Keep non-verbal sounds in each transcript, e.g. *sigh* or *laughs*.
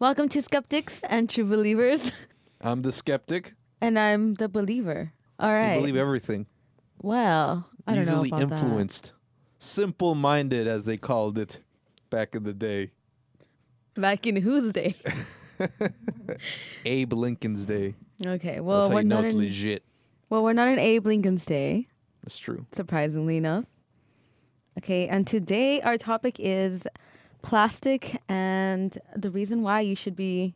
Welcome to Skeptics and True Believers. *laughs* I'm the skeptic. and I'm the believer. All I right. believe everything. well, I don't Easily know. About influenced. Simple minded, as they called it back in the day. That. Back in whose *laughs* day? Abe Lincoln's day. Okay. That's Well, how we're you know not it's in, legit. well, we're not in Abe Lincoln's day, That's true. surprisingly enough. Okay, and today our topic is plastic and the reason why you should be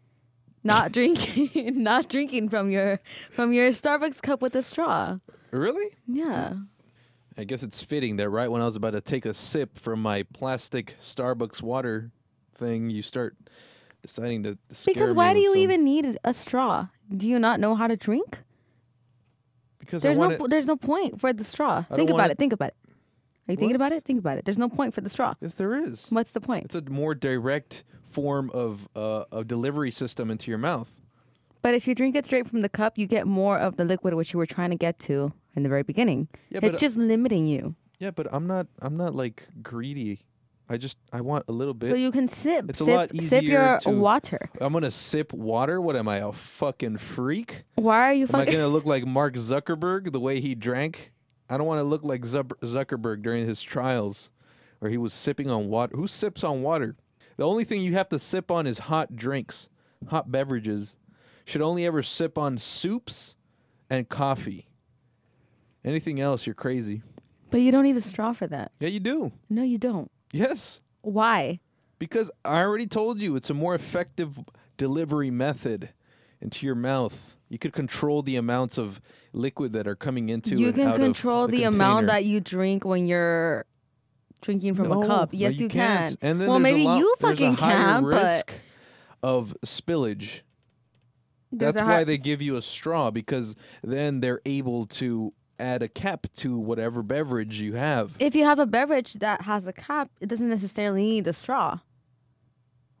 *laughs* not drinking *laughs* not drinking from your from your Starbucks cup with a straw. Really? Yeah. I guess it's fitting that right when I was about to take a sip from my plastic Starbucks water thing, you start deciding to. scare Because me why do with you some- even need a straw? Do you not know how to drink? Because There's I no want po- there's no point for the straw. don't Think about wanna- it. Think about it. Are you thinking What? about it? Think about it. There's no point for the straw. Yes, there is. What's the point? It's a more direct form of uh, of delivery system into your mouth. But if you drink it straight from the cup, you get more of the liquid which you were trying to get to in the very beginning. Yeah, it's but- uh, just limiting you. Yeah, but I'm not. I'm not like greedy. I just I want a little bit. So you can sip, it's a sip, lot sip easier your to- water. I'm gonna sip water. What am I, a fucking freak? Why are you Am I fucking? *laughs* gonna look like Mark Zuckerberg the way he drank? I don't want to look like Zup- Zuckerberg during his trials, where he was sipping on water. Who sips on water? The only thing you have to sip on is hot drinks, hot beverages. Should only ever sip on soups and coffee. Anything else, you're crazy. But you don't need a straw for that. Yeah, you do. No, you don't. Yes. Why? Because I already told you it's a more effective delivery method into your mouth. You could control the amounts of liquid that are coming into you and can out control of the, the, amount container. that you drink when you're drinking from No, a cup. no, Yes, you, can. can't. And then well, there's a maybe lot- you there's fucking a higher can, but risk of spillage. there's That's a why hi- they give you a straw because then they're able to add a cap to whatever beverage you have. if you have a beverage that has a cap, it doesn't necessarily need a straw.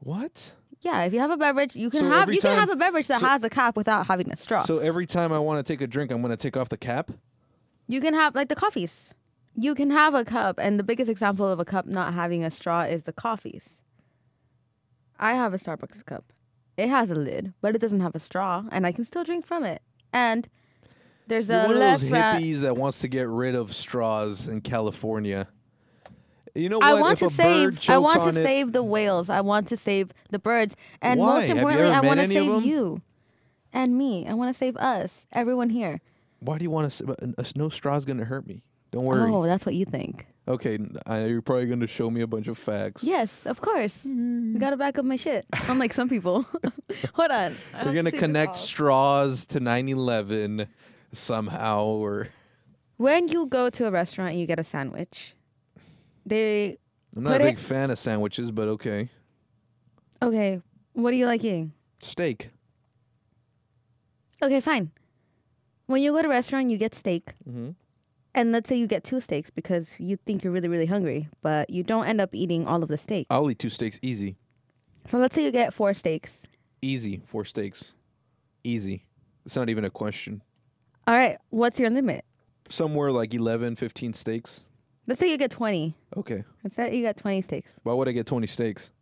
What? Yeah, if you have a beverage, you can So have every you time- can have a beverage that so- has a cap without having a straw. So every time I want to take a drink, I'm going to take off the cap? you can have like the coffees. You can have a cup, and the biggest example of a cup not having a straw is the coffees. I have a Starbucks cup. It has a lid, but it doesn't have a straw, and I can still drink from it. And there's You're a one of less those ra- hippies that wants to get rid of straws in California. You know what? I want if to a bird save. I choked want to on it- save the whales. I want to save the birds, and Why? Have most you importantly, ever I met want to any of save them? you, and me. I want to save us, everyone here. Why do you want to? Save, uh, no straw's gonna hurt me. Don't worry. Oh, that's what you think. Okay, I, you're probably gonna show me a bunch of facts. Yes, of course. You gotta back up my shit. *laughs* Unlike some people. Hold on. I Mm-hmm. You're have gonna to see the connect call. straws to 9/11 somehow, or When you go to a restaurant and you get a sandwich, they I'm not Put a it- big fan of sandwiches, but okay. okay. What are you like eating? Steak. Okay, fine. When you go to a restaurant, you get steak, Mm-hmm. and let's say you get two steaks because you think you're really, really hungry, but you don't end up eating all of the steak. I'll eat two steaks easy, So let's say you get four steaks. easy. Four steaks, easy. It's not even a question. All right, what's your limit? Somewhere like 11, 15 steaks. Let's say you get twenty. Okay. Let's say you got twenty steaks Why would I get 20 steaks?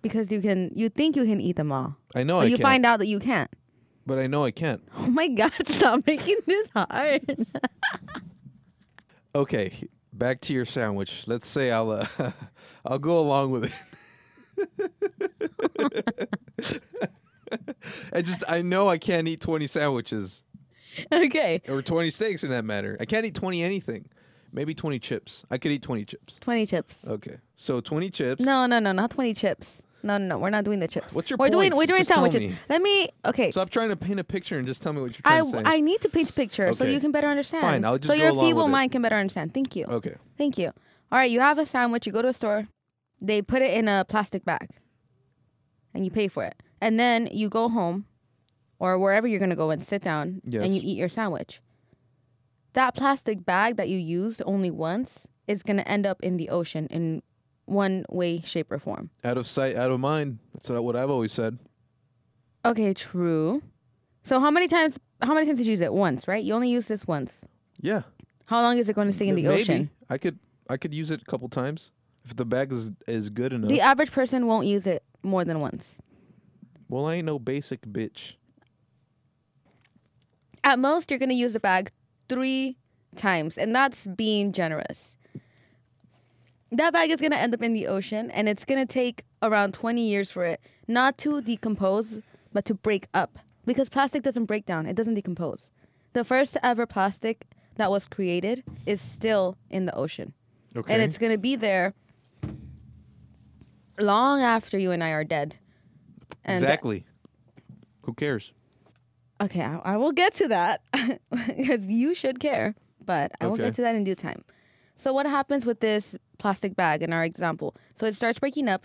because you can. You think you can eat them all, I know but Oh, I you can't. find out that you can't. *laughs* but I know I can't. Oh my God, *laughs* stop making this hard. *laughs* Okay, back to your sandwich. Let's say I'll uh, *laughs* I'll go along with it. *laughs* I just I know I can't eat 20 sandwiches okay. or 20 steaks in that matter. I can't eat 20 anything. Maybe 20 chips. I could eat 20 chips. 20 chips. Okay. So 20 chips. No, no, no, not 20 chips. No, no, no, we're not doing the chips. What's your We're doing points? we're doing Just tell sandwiches. me. Let me Okay. Stop trying to paint a picture and just tell me what you're I, trying to say. I need to paint a picture so Okay. you can better understand. Fine, I'll so just go your along with feeble it. mind can better understand. Thank you. okay. Thank you. All right, you have a sandwich, you go to a store. They put it in a plastic bag. And you pay for it. And then you go home or wherever you're going to go and sit down Yes. and you eat your sandwich. That plastic bag that you used only once is going to end up in the ocean in one way shape or form. Out of sight, out of mind. That's what I've always said. Okay, true. So how many times how many times did you use it? Once, right? You only use this once. Yeah. How long is it going to stay in the Maybe. ocean? I could I could use it a couple times if the bag is is good enough. The average person won't use it more than once. Well, I ain't no basic bitch. At most, you're going to use the bag three times, and that's being generous. That bag is going to end up in the ocean, and it's going to take around 20 years for it not to decompose, but to break up. Because plastic doesn't break down, it doesn't decompose. The first ever plastic that was created is still in the ocean. Okay. And it's going to be there long after you and I are dead. And- exactly. Who cares? Okay, I, I will get to that *laughs* because you should care, but I will Okay. get to that in due time. So, what happens with this plastic bag in our example? So, it starts breaking up,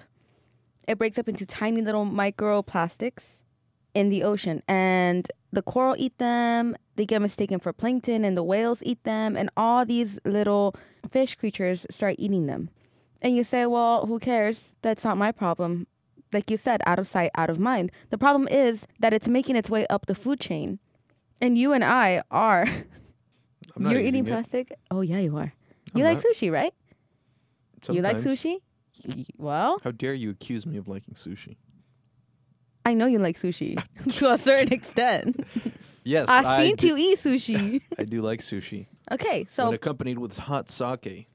it breaks up into tiny little microplastics in the ocean, and the coral eat them, they get mistaken for plankton, and the whales eat them, and all these little fish creatures start eating them. And you say, well, who cares? That's not my problem. Like you said, out of sight, out of mind. The problem is that it's making its way up the food chain. And you and I are. I'm *laughs* not You're eating, it. plastic? Oh, yeah, you are. I'm you like not. sushi, right? You like Sometimes. sushi? Y- Well, How dare you accuse me of liking sushi? I know you like *laughs* sushi *laughs* to a certain extent. Yes, I've seen do, you eat *laughs* sushi. *laughs* I do like sushi Okay, when so accompanied with hot sake.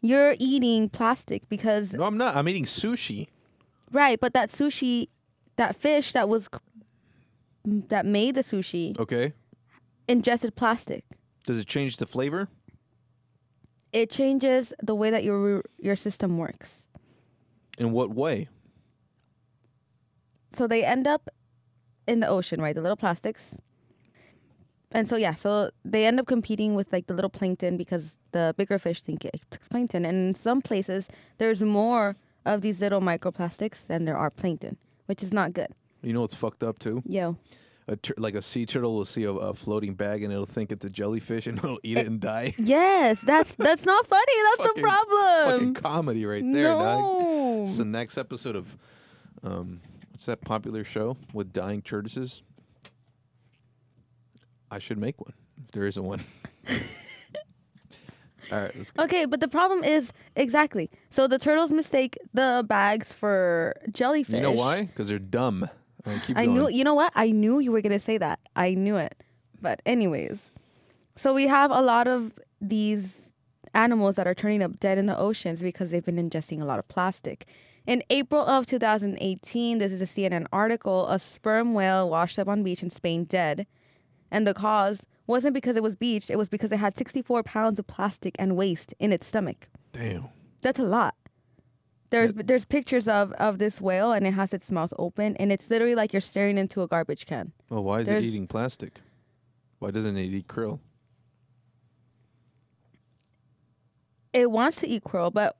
you're eating plastic because, No, I'm not. I'm eating sushi. right, but that sushi, that fish that was, c- that made the sushi Okay. ingested plastic. Does it change the flavor? it changes the way that your your system works. In what way? So they end up in the ocean, right? The little plastics. And so yeah, so they end up competing with like the little plankton because the bigger fish think it's plankton. And in some places, there's more of these little microplastics than there are plankton, which is not good. You know what's fucked up too? Yo, A tur- like a sea turtle will see a, a floating bag and it'll think it's a jellyfish and *laughs* it'll eat it and *laughs* die. yes, *laughs* that's that's not funny. That's Fucking- the problem. Fucking comedy right there, dog. Um, no. It's the next episode of um, what's that popular show with dying tortoises? I should make one if there *laughs* isn't one. All right, let's go. Okay, but the problem is exactly. So the turtles mistake the bags for jellyfish. You know why? Because they're dumb. All right, keep I going. knew. You know what? I knew you were gonna say that. I knew it. But anyways, so we have a lot of these animals that are turning up dead in the oceans because they've been ingesting a lot of plastic. In April of 2018, this is a CNN article. A sperm whale washed up on beach in Spain dead, and the cause wasn't because it was beached. It was because it had 64 pounds of plastic and waste in its stomach. Damn. That's a lot. There's there's pictures of of this whale and it has its mouth open and it's literally like you're staring into a garbage can. Well, Oh, why is There's- it eating plastic? Why doesn't it eat krill? It wants to eat coral, but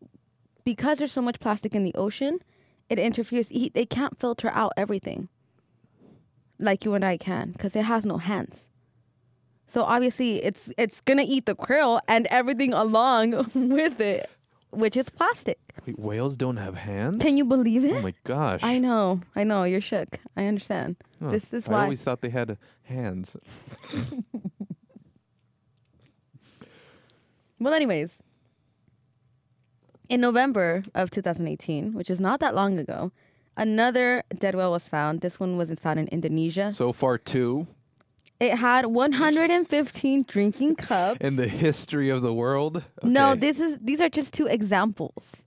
because there's so much plastic in the ocean, it interferes. He, they can't filter out everything like you and I can because it has no hands. So obviously, it's it's gonna eat the krill and everything along *laughs* with it, which is plastic. Wait, whales don't have hands? Can you believe Oh it? my gosh. I know, I know. You're shook. I understand. Huh. This is I why. always thought they had uh, hands. Well, anyways, in November of 2018, which is not that long ago, another dead whale was found. This one wasn't found in Indonesia. So far, two It had 115 drinking cups. in the history of the world. No, Okay. this is these are just two examples.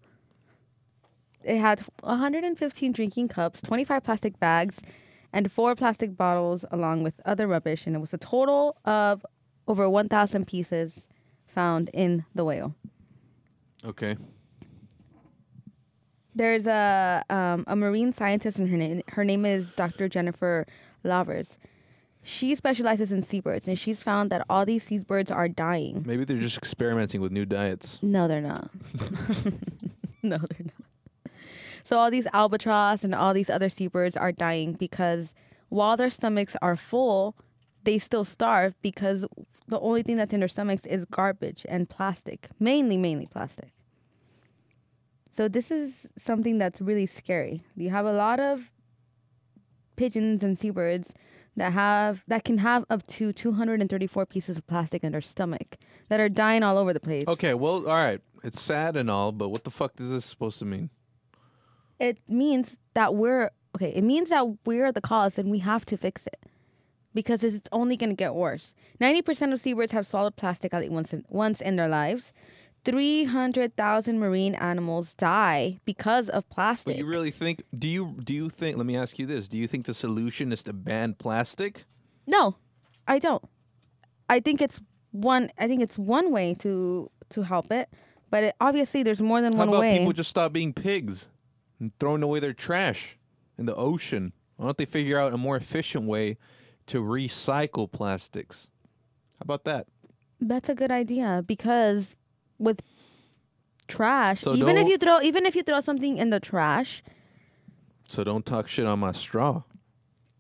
It had 115 drinking cups, 25 plastic bags, and four plastic bottles, along with other rubbish, and it was a total of over 1,000 pieces found in the whale. Okay. There's a um, a marine scientist, and her name her name is Dr. Jennifer Lavers. She specializes in seabirds, and she's found that all these seabirds are dying. Maybe they're just experimenting with new diets. No, they're not. *laughs* no, they're not. So all these albatross and all these other seabirds are dying because while their stomachs are full, they still starve because the only thing that's in their stomachs is garbage and plastic, mainly mainly plastic. So this is something that's really scary. You have a lot of pigeons and seabirds that have that can have up to 234 pieces of plastic in their stomach that are dying all over the place. Okay, well, all right. It's sad and all, but what the fuck is this supposed to mean? it means that we're okay, it means that we're the cause and we have to fix it because it's only going to get worse. 90% of seabirds have solid plastic at least once in, once in their lives. 300,000 marine animals die because of But plastic. you really think? Do you do you think? Let me ask you this: Do you think the solution is to ban plastic? no, I don't. I think it's one I think it's one way to to help it, but it, obviously there's more than How one about way. people just stop being pigs and throwing away their trash in the ocean? Why don't they figure out a more efficient way to recycle plastics? How about that? That's a good idea because with trash, So even if don't- you throw even if you throw something in the trash, So don't talk shit on my straw.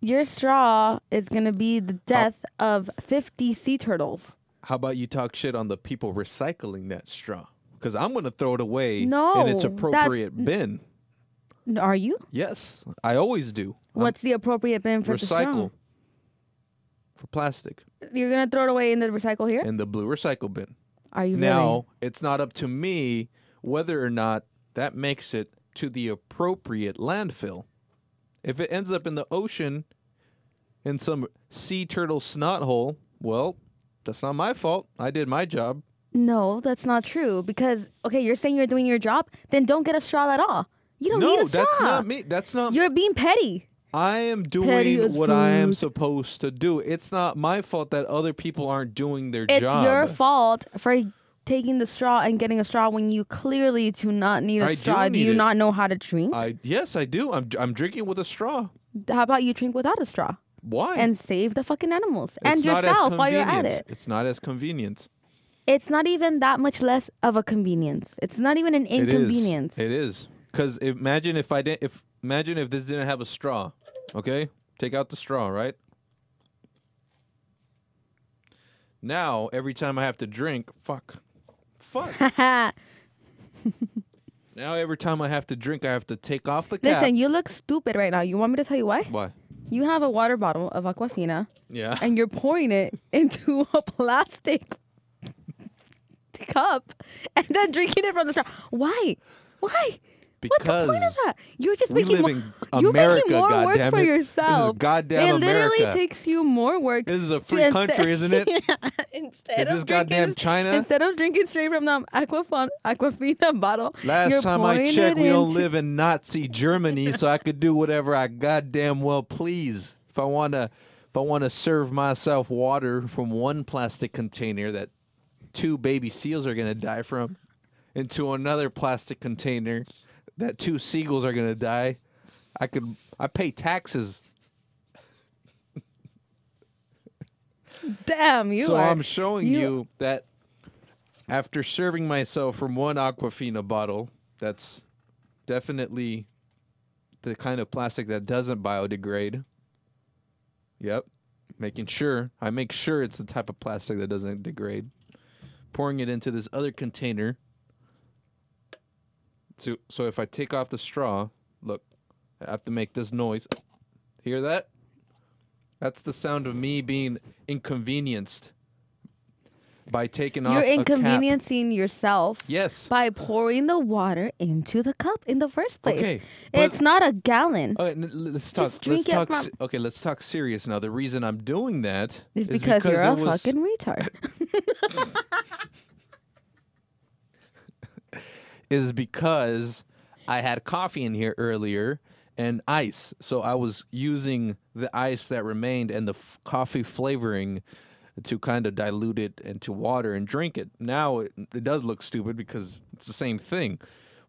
your straw is going to be the death of 50 sea turtles. How about you talk shit on the people recycling that straw? Because I'm gonna throw it away in No, its that's- appropriate bin. N- Are you? Yes, I always do. I'm What's the appropriate bin for recycle for plastic the straw? You're going to throw it away in the recycle here? in the blue recycle bin. Are you Now, it's not up to me whether or not that makes it to the appropriate landfill. If it ends up in the ocean in some sea turtle snot hole, well, that's not my fault. I did my job. really? No, that's not true because okay, you're saying you're doing your job, then don't get a straw at all. You don't need no, a straw. that's not me. That's not You're being petty. I am Petty doing as what I am food. supposed to do. It's not my fault that other people aren't doing their It's job. your fault for taking the straw and getting a straw when you clearly do not need a I do straw. need you it. not know how to drink? I yes, I do. I'm I'm drinking with a straw. how about you drink without a straw Why? and save the fucking animals and It's not as yourself while you're at convenient. it? It's not as convenient. It's not even that much less of a convenience. It's not even an It is. inconvenience. It is. Cuz imagine if I didn't if imagine if this didn't have a straw. Okay? Take out the straw, right? Now, every time I have to drink, fuck. *laughs* Fuck. now every time I have to drink, I have to take off the *laughs* cap. Listen, you look stupid right now. You want me to tell you why? Why? You have a water bottle of Aquafina Yeah. and you're pouring it *laughs* into a plastic *laughs* cup and then drinking it from the straw. Why? Why? What's the point of Because that? You're just we making live more, in you're America, making more work goddammit. for This is yourself. goddamn it literally America. takes you more work. This is a to free instead- country, *laughs* isn't it? instead Is of this goddamn drinking- China? Instead of drinking straight from the Aquafon, Aquafina bottle, Last you're time I pouring checked, it we don't into- live in Nazi Germany, so I could do whatever I goddamn well please. If I wanna, if I wanna serve myself water from one plastic container that two baby seals are gonna die from, into another plastic container that two seagulls are gonna die, I could. I pay taxes, *laughs* Damn, you so are. I'm showing you- you, that after serving myself from one Aquafina bottle, that's definitely the kind of plastic that doesn't biodegrade. Yep. Making sure I make sure it's the type of plastic that doesn't degrade. Pouring it into this other container. So so if I take off the straw, look, I have to make this noise. Hear that? That's the sound of me being inconvenienced by taking off you're a cap. inconveniencing yourself Yes. by pouring the water into the cup in the first place. Okay, but- Oh, it's not a gallon. Okay, n- l- let's talk. Just drink let's it talk. from- se- Okay, let's talk serious now. The reason I'm doing that it's is because, you're a there was- fucking retard. is because I had coffee in here earlier and ice, so I was using the ice that remained and the f- coffee flavoring to kind of dilute it into water and drink it. Now it, it does look stupid because it's the same thing,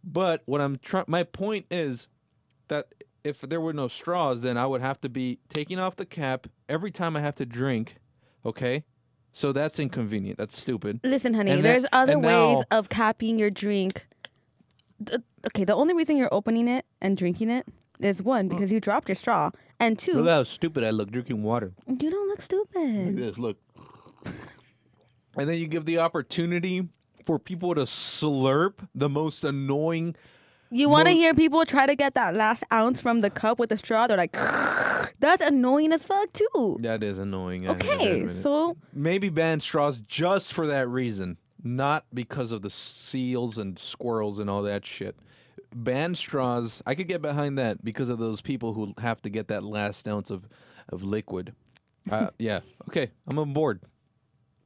but what I'm trying. My point is that if there were no straws, then I would have to be taking off the cap every time I have to drink. Okay, so that's inconvenient. That's stupid. Listen, honey, And that- there's other and ways now- of capping your drink. Th- Okay, the only reason you're opening it and drinking it is one because you dropped your straw, and two, Look how stupid I look drinking water. you don't look stupid. this. Look. And then you give the opportunity for people to slurp the most annoying. You want to Mo- hear people try to get that last ounce from the cup with a straw? They're like, *laughs* that's annoying as fuck too. That is annoying. I have to Okay, admit it. so maybe ban straws just for that reason, not because of the seals and squirrels and all that shit. ban straws. I could get behind that because of those people who have to get that last ounce of of liquid. *laughs* Uh, yeah. Okay, I'm on board.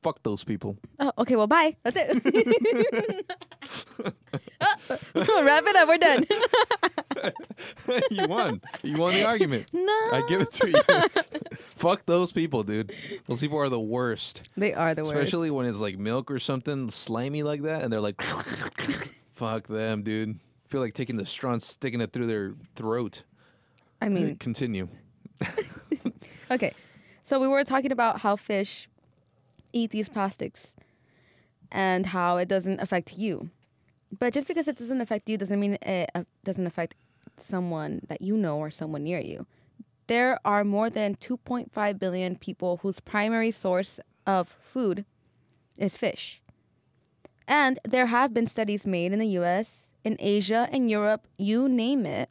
Fuck those people. Oh, okay. Well, bye. That's it. *laughs* *laughs* oh, wrap it up. We're done. *laughs* you won. You won the argument. No. I give it to you. *laughs* Fuck those people, dude. Those people are the worst. They are the worst. Especially when it's like milk or something slimy like that, and they're like, "Fuck them, dude." I feel like taking the straw and sticking it through their throat. I mean, Continue. Okay. So we were talking about how fish eat these plastics and how it doesn't affect you. But just because it doesn't affect you doesn't mean it uh, doesn't affect someone that you know or someone near you. There are more than 2.5 billion people whose primary source of food is fish. And there have been studies made in the US, in Asia, in Europe, you name it,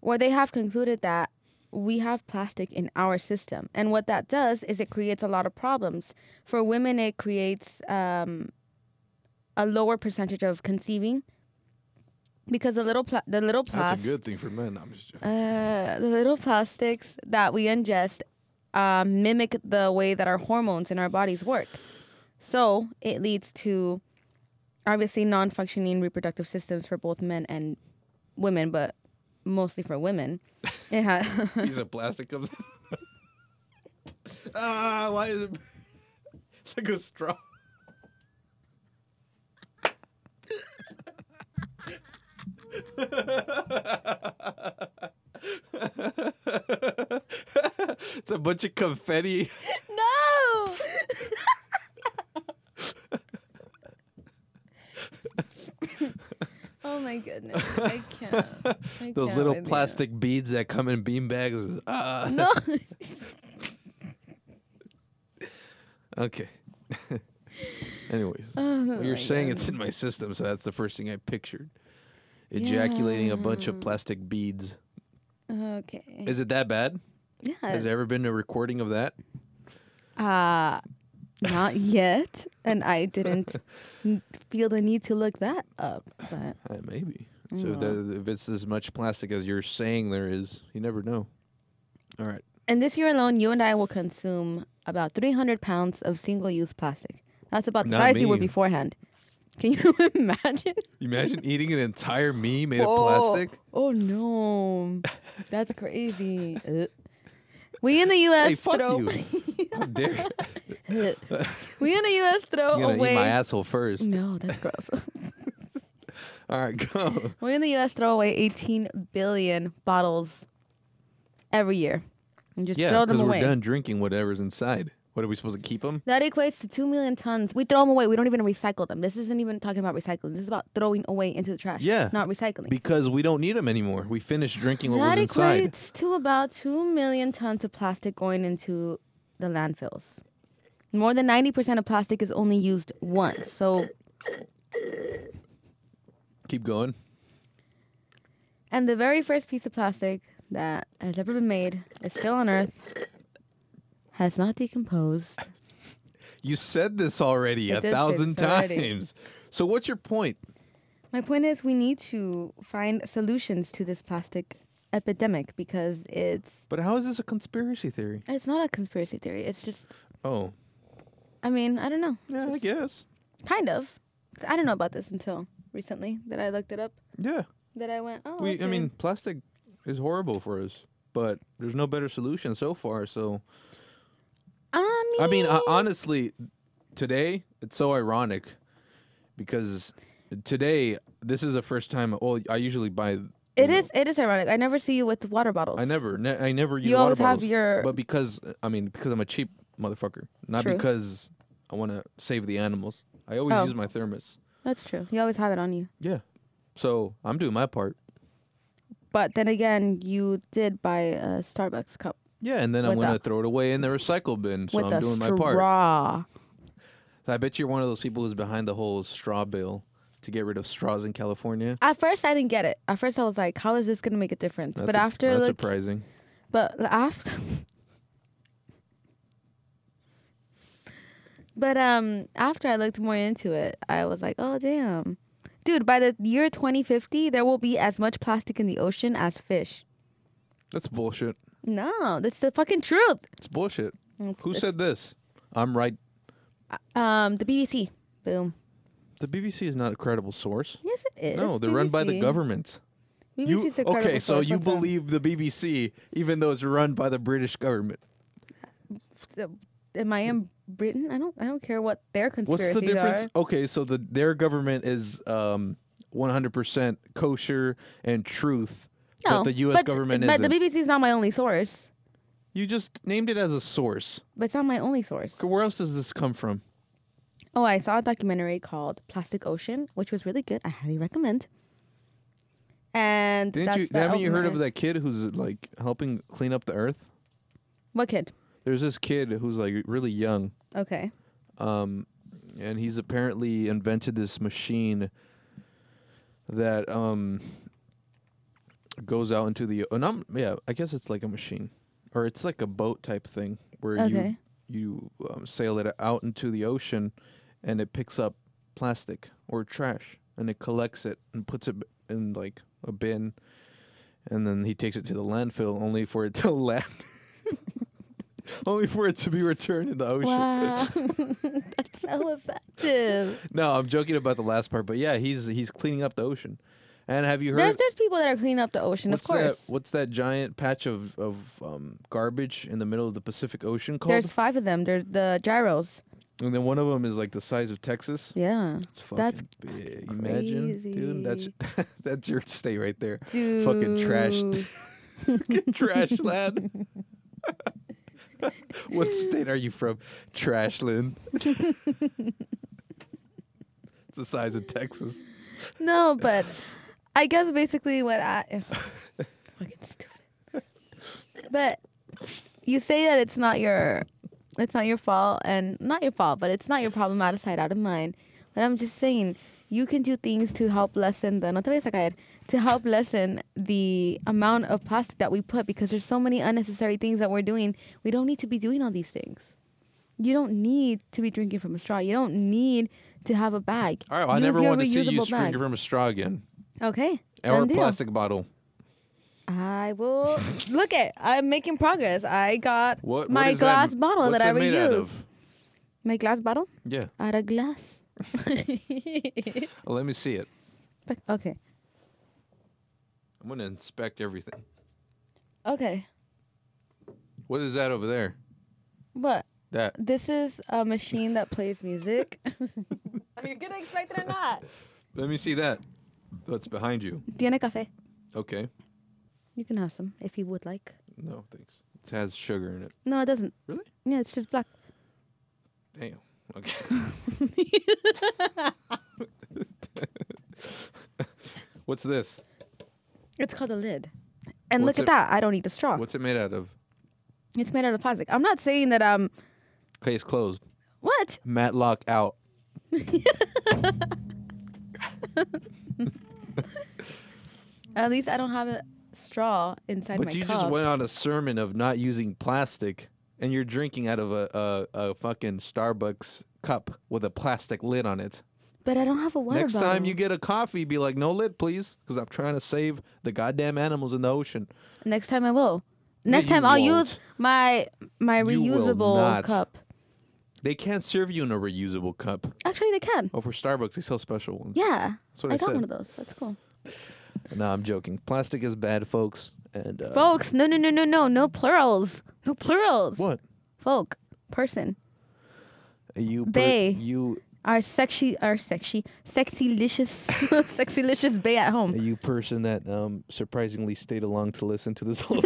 where they have concluded that we have plastic in our system. And what that does is it creates a lot of problems. For women, it creates um, a lower percentage of conceiving because the little pla- the little plastic thing for men. I'm just joking. uh, the little plastics that we ingest uh, mimic the way that our hormones in our bodies work. So it leads to obviously non functioning reproductive systems for both men and women, but mostly for *laughs* women. It ha- piece of plastic comes. *laughs* ah, why is it? *laughs* It's like a straw. *laughs* it's a bunch *laughs* of confetti. no! *laughs* oh my goodness. I can't. I Those can't little with you. plastic beads that come in bean bags. Ah. No. *laughs* *laughs* Okay. *laughs* Anyways, Oh you're my saying God. it's in my system, so that's the first thing I pictured. Ejaculating a bunch of plastic beads. Okay. Is it that bad? yeah. Has there ever been a recording of that? Uh not yet, and I *laughs* didn't n- feel the need to look that up. But Uh, maybe. So if, there, if it's as much plastic as you're saying there is, you never know. All right. and this year alone, you and I will consume about 300 pounds of single-use plastic. That's about the Not size you were me. beforehand. Can you *laughs* imagine? Imagine *laughs* eating an entire me made of Oh, plastic. *laughs* Oh *laughs* no, that's crazy. Ugh. We in the U.S. Hey, fuck throw. you! How dare you? *laughs* we in the U.S. throw I'm gonna away. eat my asshole first. *laughs* no, that's gross. All right, go. We in the U.S. throw away 18 billion bottles every year. And just yeah, throw them because away. we're done drinking whatever's inside. What are we supposed to keep them? That equates to 2 million tons. We throw them away. We don't even recycle them. This isn't even talking about recycling. This is about throwing away into the trash. Yeah. Not recycling. Because we don't need them anymore. We finished drinking what that was inside. equates to about 2 million tons of plastic going into the landfills. More than 90% of plastic is only used once. So, Keep going. and the very first piece of plastic that has ever been made is still on Earth, has not decomposed. You said this already I a did say thousand this already. times. So what's your point? My point is, we need to find solutions to this plastic epidemic because it's But how is this a conspiracy theory? it's not a conspiracy theory. It's just, Oh, I mean, I don't know. yeah, I Just guess. kind of. 'Cause I don't know about this until recently that I looked it up. Yeah, That I went, oh, we. okay. I mean, plastic is horrible for us, but there's no better solution so far. So I mean, I mean, uh, honestly, today it's so ironic because today this is the first time. Well, I usually buy. you it know, is it is ironic. I never see you with water bottles. I never, ne- I never use You water always have bottles. your- But because I mean, because I'm a cheap motherfucker, not True. because I want to save the animals. I always Oh. use my thermos. That's true. You always have it on you. Yeah. So I'm doing my part. But then again, you did buy a Starbucks cup Yeah, and then I'm With gonna a- throw it away in the recycle bin. So with I'm a doing my part. straw. So I bet you're one of those people who's behind the whole straw bill to get rid of straws in California. At first, I didn't get it. At first, I was like, "How is this gonna make a difference?" That's but a- after, that's look, surprising. but after, *laughs* but um, after I looked more into it, I was like, "Oh damn." Dude, by the year 2050, there will be as much plastic in the ocean as fish. That's bullshit. No, that's the fucking truth. It's bullshit. It's- Who it's- said this? I'm right. Um, the BBC. Boom. The BBC is not a credible source. Yes, it is. No, they're run by the BBC. government. BBC's You, a credible okay, so source, you what's up? believe the BBC, even though it's run by the British government. the- am I in Britain? I don't I don't care what their What's conspiracies the difference? are. Okay, so the their government is um, 100% kosher and truth, but the U.S. but- government But the isn't. BBC is not my only source. you just named it as a source. But it's not my only source. Where else does this come from? Oh, I saw a documentary called Plastic Ocean, which was really good. I highly recommend. And Didn't that's you? that haven't you opened my heard of eyes. that kid who's like helping clean up the earth? What kid? There's this kid who's like really young, Okay. um, and he's apparently invented this machine that um goes out into the and I'm, yeah I guess it's like a machine or it's like a boat type thing where Okay. you you um, sail it out into the ocean and it picks up plastic or trash and it collects it and puts it in like a bin and then he takes it to the landfill only for it to *laughs* land only for it to be returned in the ocean *laughs* Wow. *laughs* that's so effective. no, I'm joking about the last part, but yeah, he's he's cleaning up the ocean. And have *laughs* you heard There's there's people that are cleaning up the ocean, what's of course. that what's that giant patch of of um, garbage in the middle of the Pacific Ocean called? There's five of them. There's the gyros. and then one of them is like the size of Texas. Yeah. It's fucking That's big. Imagine, dude, that's *laughs* that's your state *laughs* right there. *laughs* Dude. Fucking trashed. Trash land. *laughs* what state are you from? *laughs* *laughs* Trashland. it's the size of Texas. No, but I guess basically what I *laughs* fucking stupid. But you say that it's not your it's not your fault and not your fault, but it's not your problem out of sight, out of mind. But I'm just saying you can do things to help lessen the no te vayas a caer, to help lessen the amount of plastic that we put because there's so many unnecessary things that we're doing. We don't need to be doing all these things. You don't need to be drinking from a straw. You don't need to have a bag. All right, well, I Use never your want to see you reusable bag. drinking from a straw again. Okay. Or a done deal. plastic bottle. I will look at. I'm making progress. I got What my what is glass that, bottle what's that, I made reuse. out of? My glass bottle Yeah, out of *laughs* glass. let me see it. But- okay. I'm gonna inspect everything. Okay. What is that over there? But That this is a machine that plays *laughs* music. Are you gonna expect it or not? let me see that. That's behind you. Tiene café. Okay. You can have some if you would like. No, thanks. It has sugar in it. No, it doesn't. Really? Yeah, it's just black. Damn. Okay. *laughs* What's this? *laughs* It's called a lid. And What's look it- at that. I don't need a straw. What's it made out of? It's made out of plastic. I'm not saying that. Um. Case closed. What? Matlock out. At least I don't have a straw inside my But you cup. just went on a sermon of not using plastic, and you're drinking out of a, a, a fucking Starbucks cup with a plastic lid on it. But I don't have a water Next bottle. time you get a coffee, be like, no lid, please, because I'm trying to save the goddamn animals in the ocean. Next time I will. Next you time I'll use won't. my my You will reusable not. cup. They can't serve you in a reusable cup. Actually, they can. Oh, for Starbucks, they sell special ones. Yeah, That's what I I, got said. one of those. That's cool. No, I'm joking. Plastic is bad, folks. And uh, Folks, no, no, no, no, no, no plurals, no plurals. what Folk, person, you per- They. you our sexy, our sexy, sexy *laughs* licious, sexy licious bay at home. you person that um surprisingly stayed along to listen *laughs* to this whole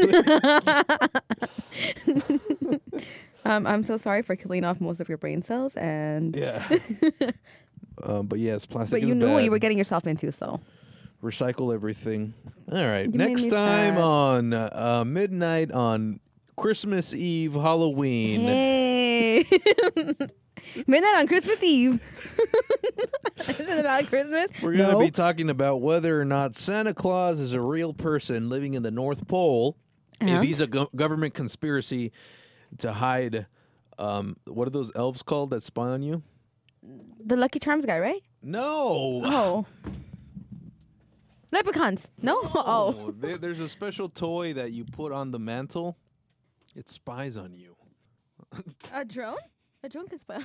Um, I'm so sorry for killing off most of your brain cells, and *laughs* *laughs* yeah. um, but yes, plastic. but is you knew what you bad. were getting yourself into, so recycle everything. All right. You made Next me time sad. on uh, midnight on Christmas Eve, Halloween. hey, *laughs* midnight on Christmas Eve. *laughs* Isn't it about Christmas? We're going to No. be talking about whether or not Santa Claus is a real person living in the North Pole, if And? he's a go- government conspiracy to hide. Um, what are those elves called that spy on you? the Lucky Charms guy, right? No. Oh, Leprechauns. No? Oh. *laughs* Oh, there- there's a special toy that you put on the mantle. It spies on you. *laughs* A drone? A drone can spy.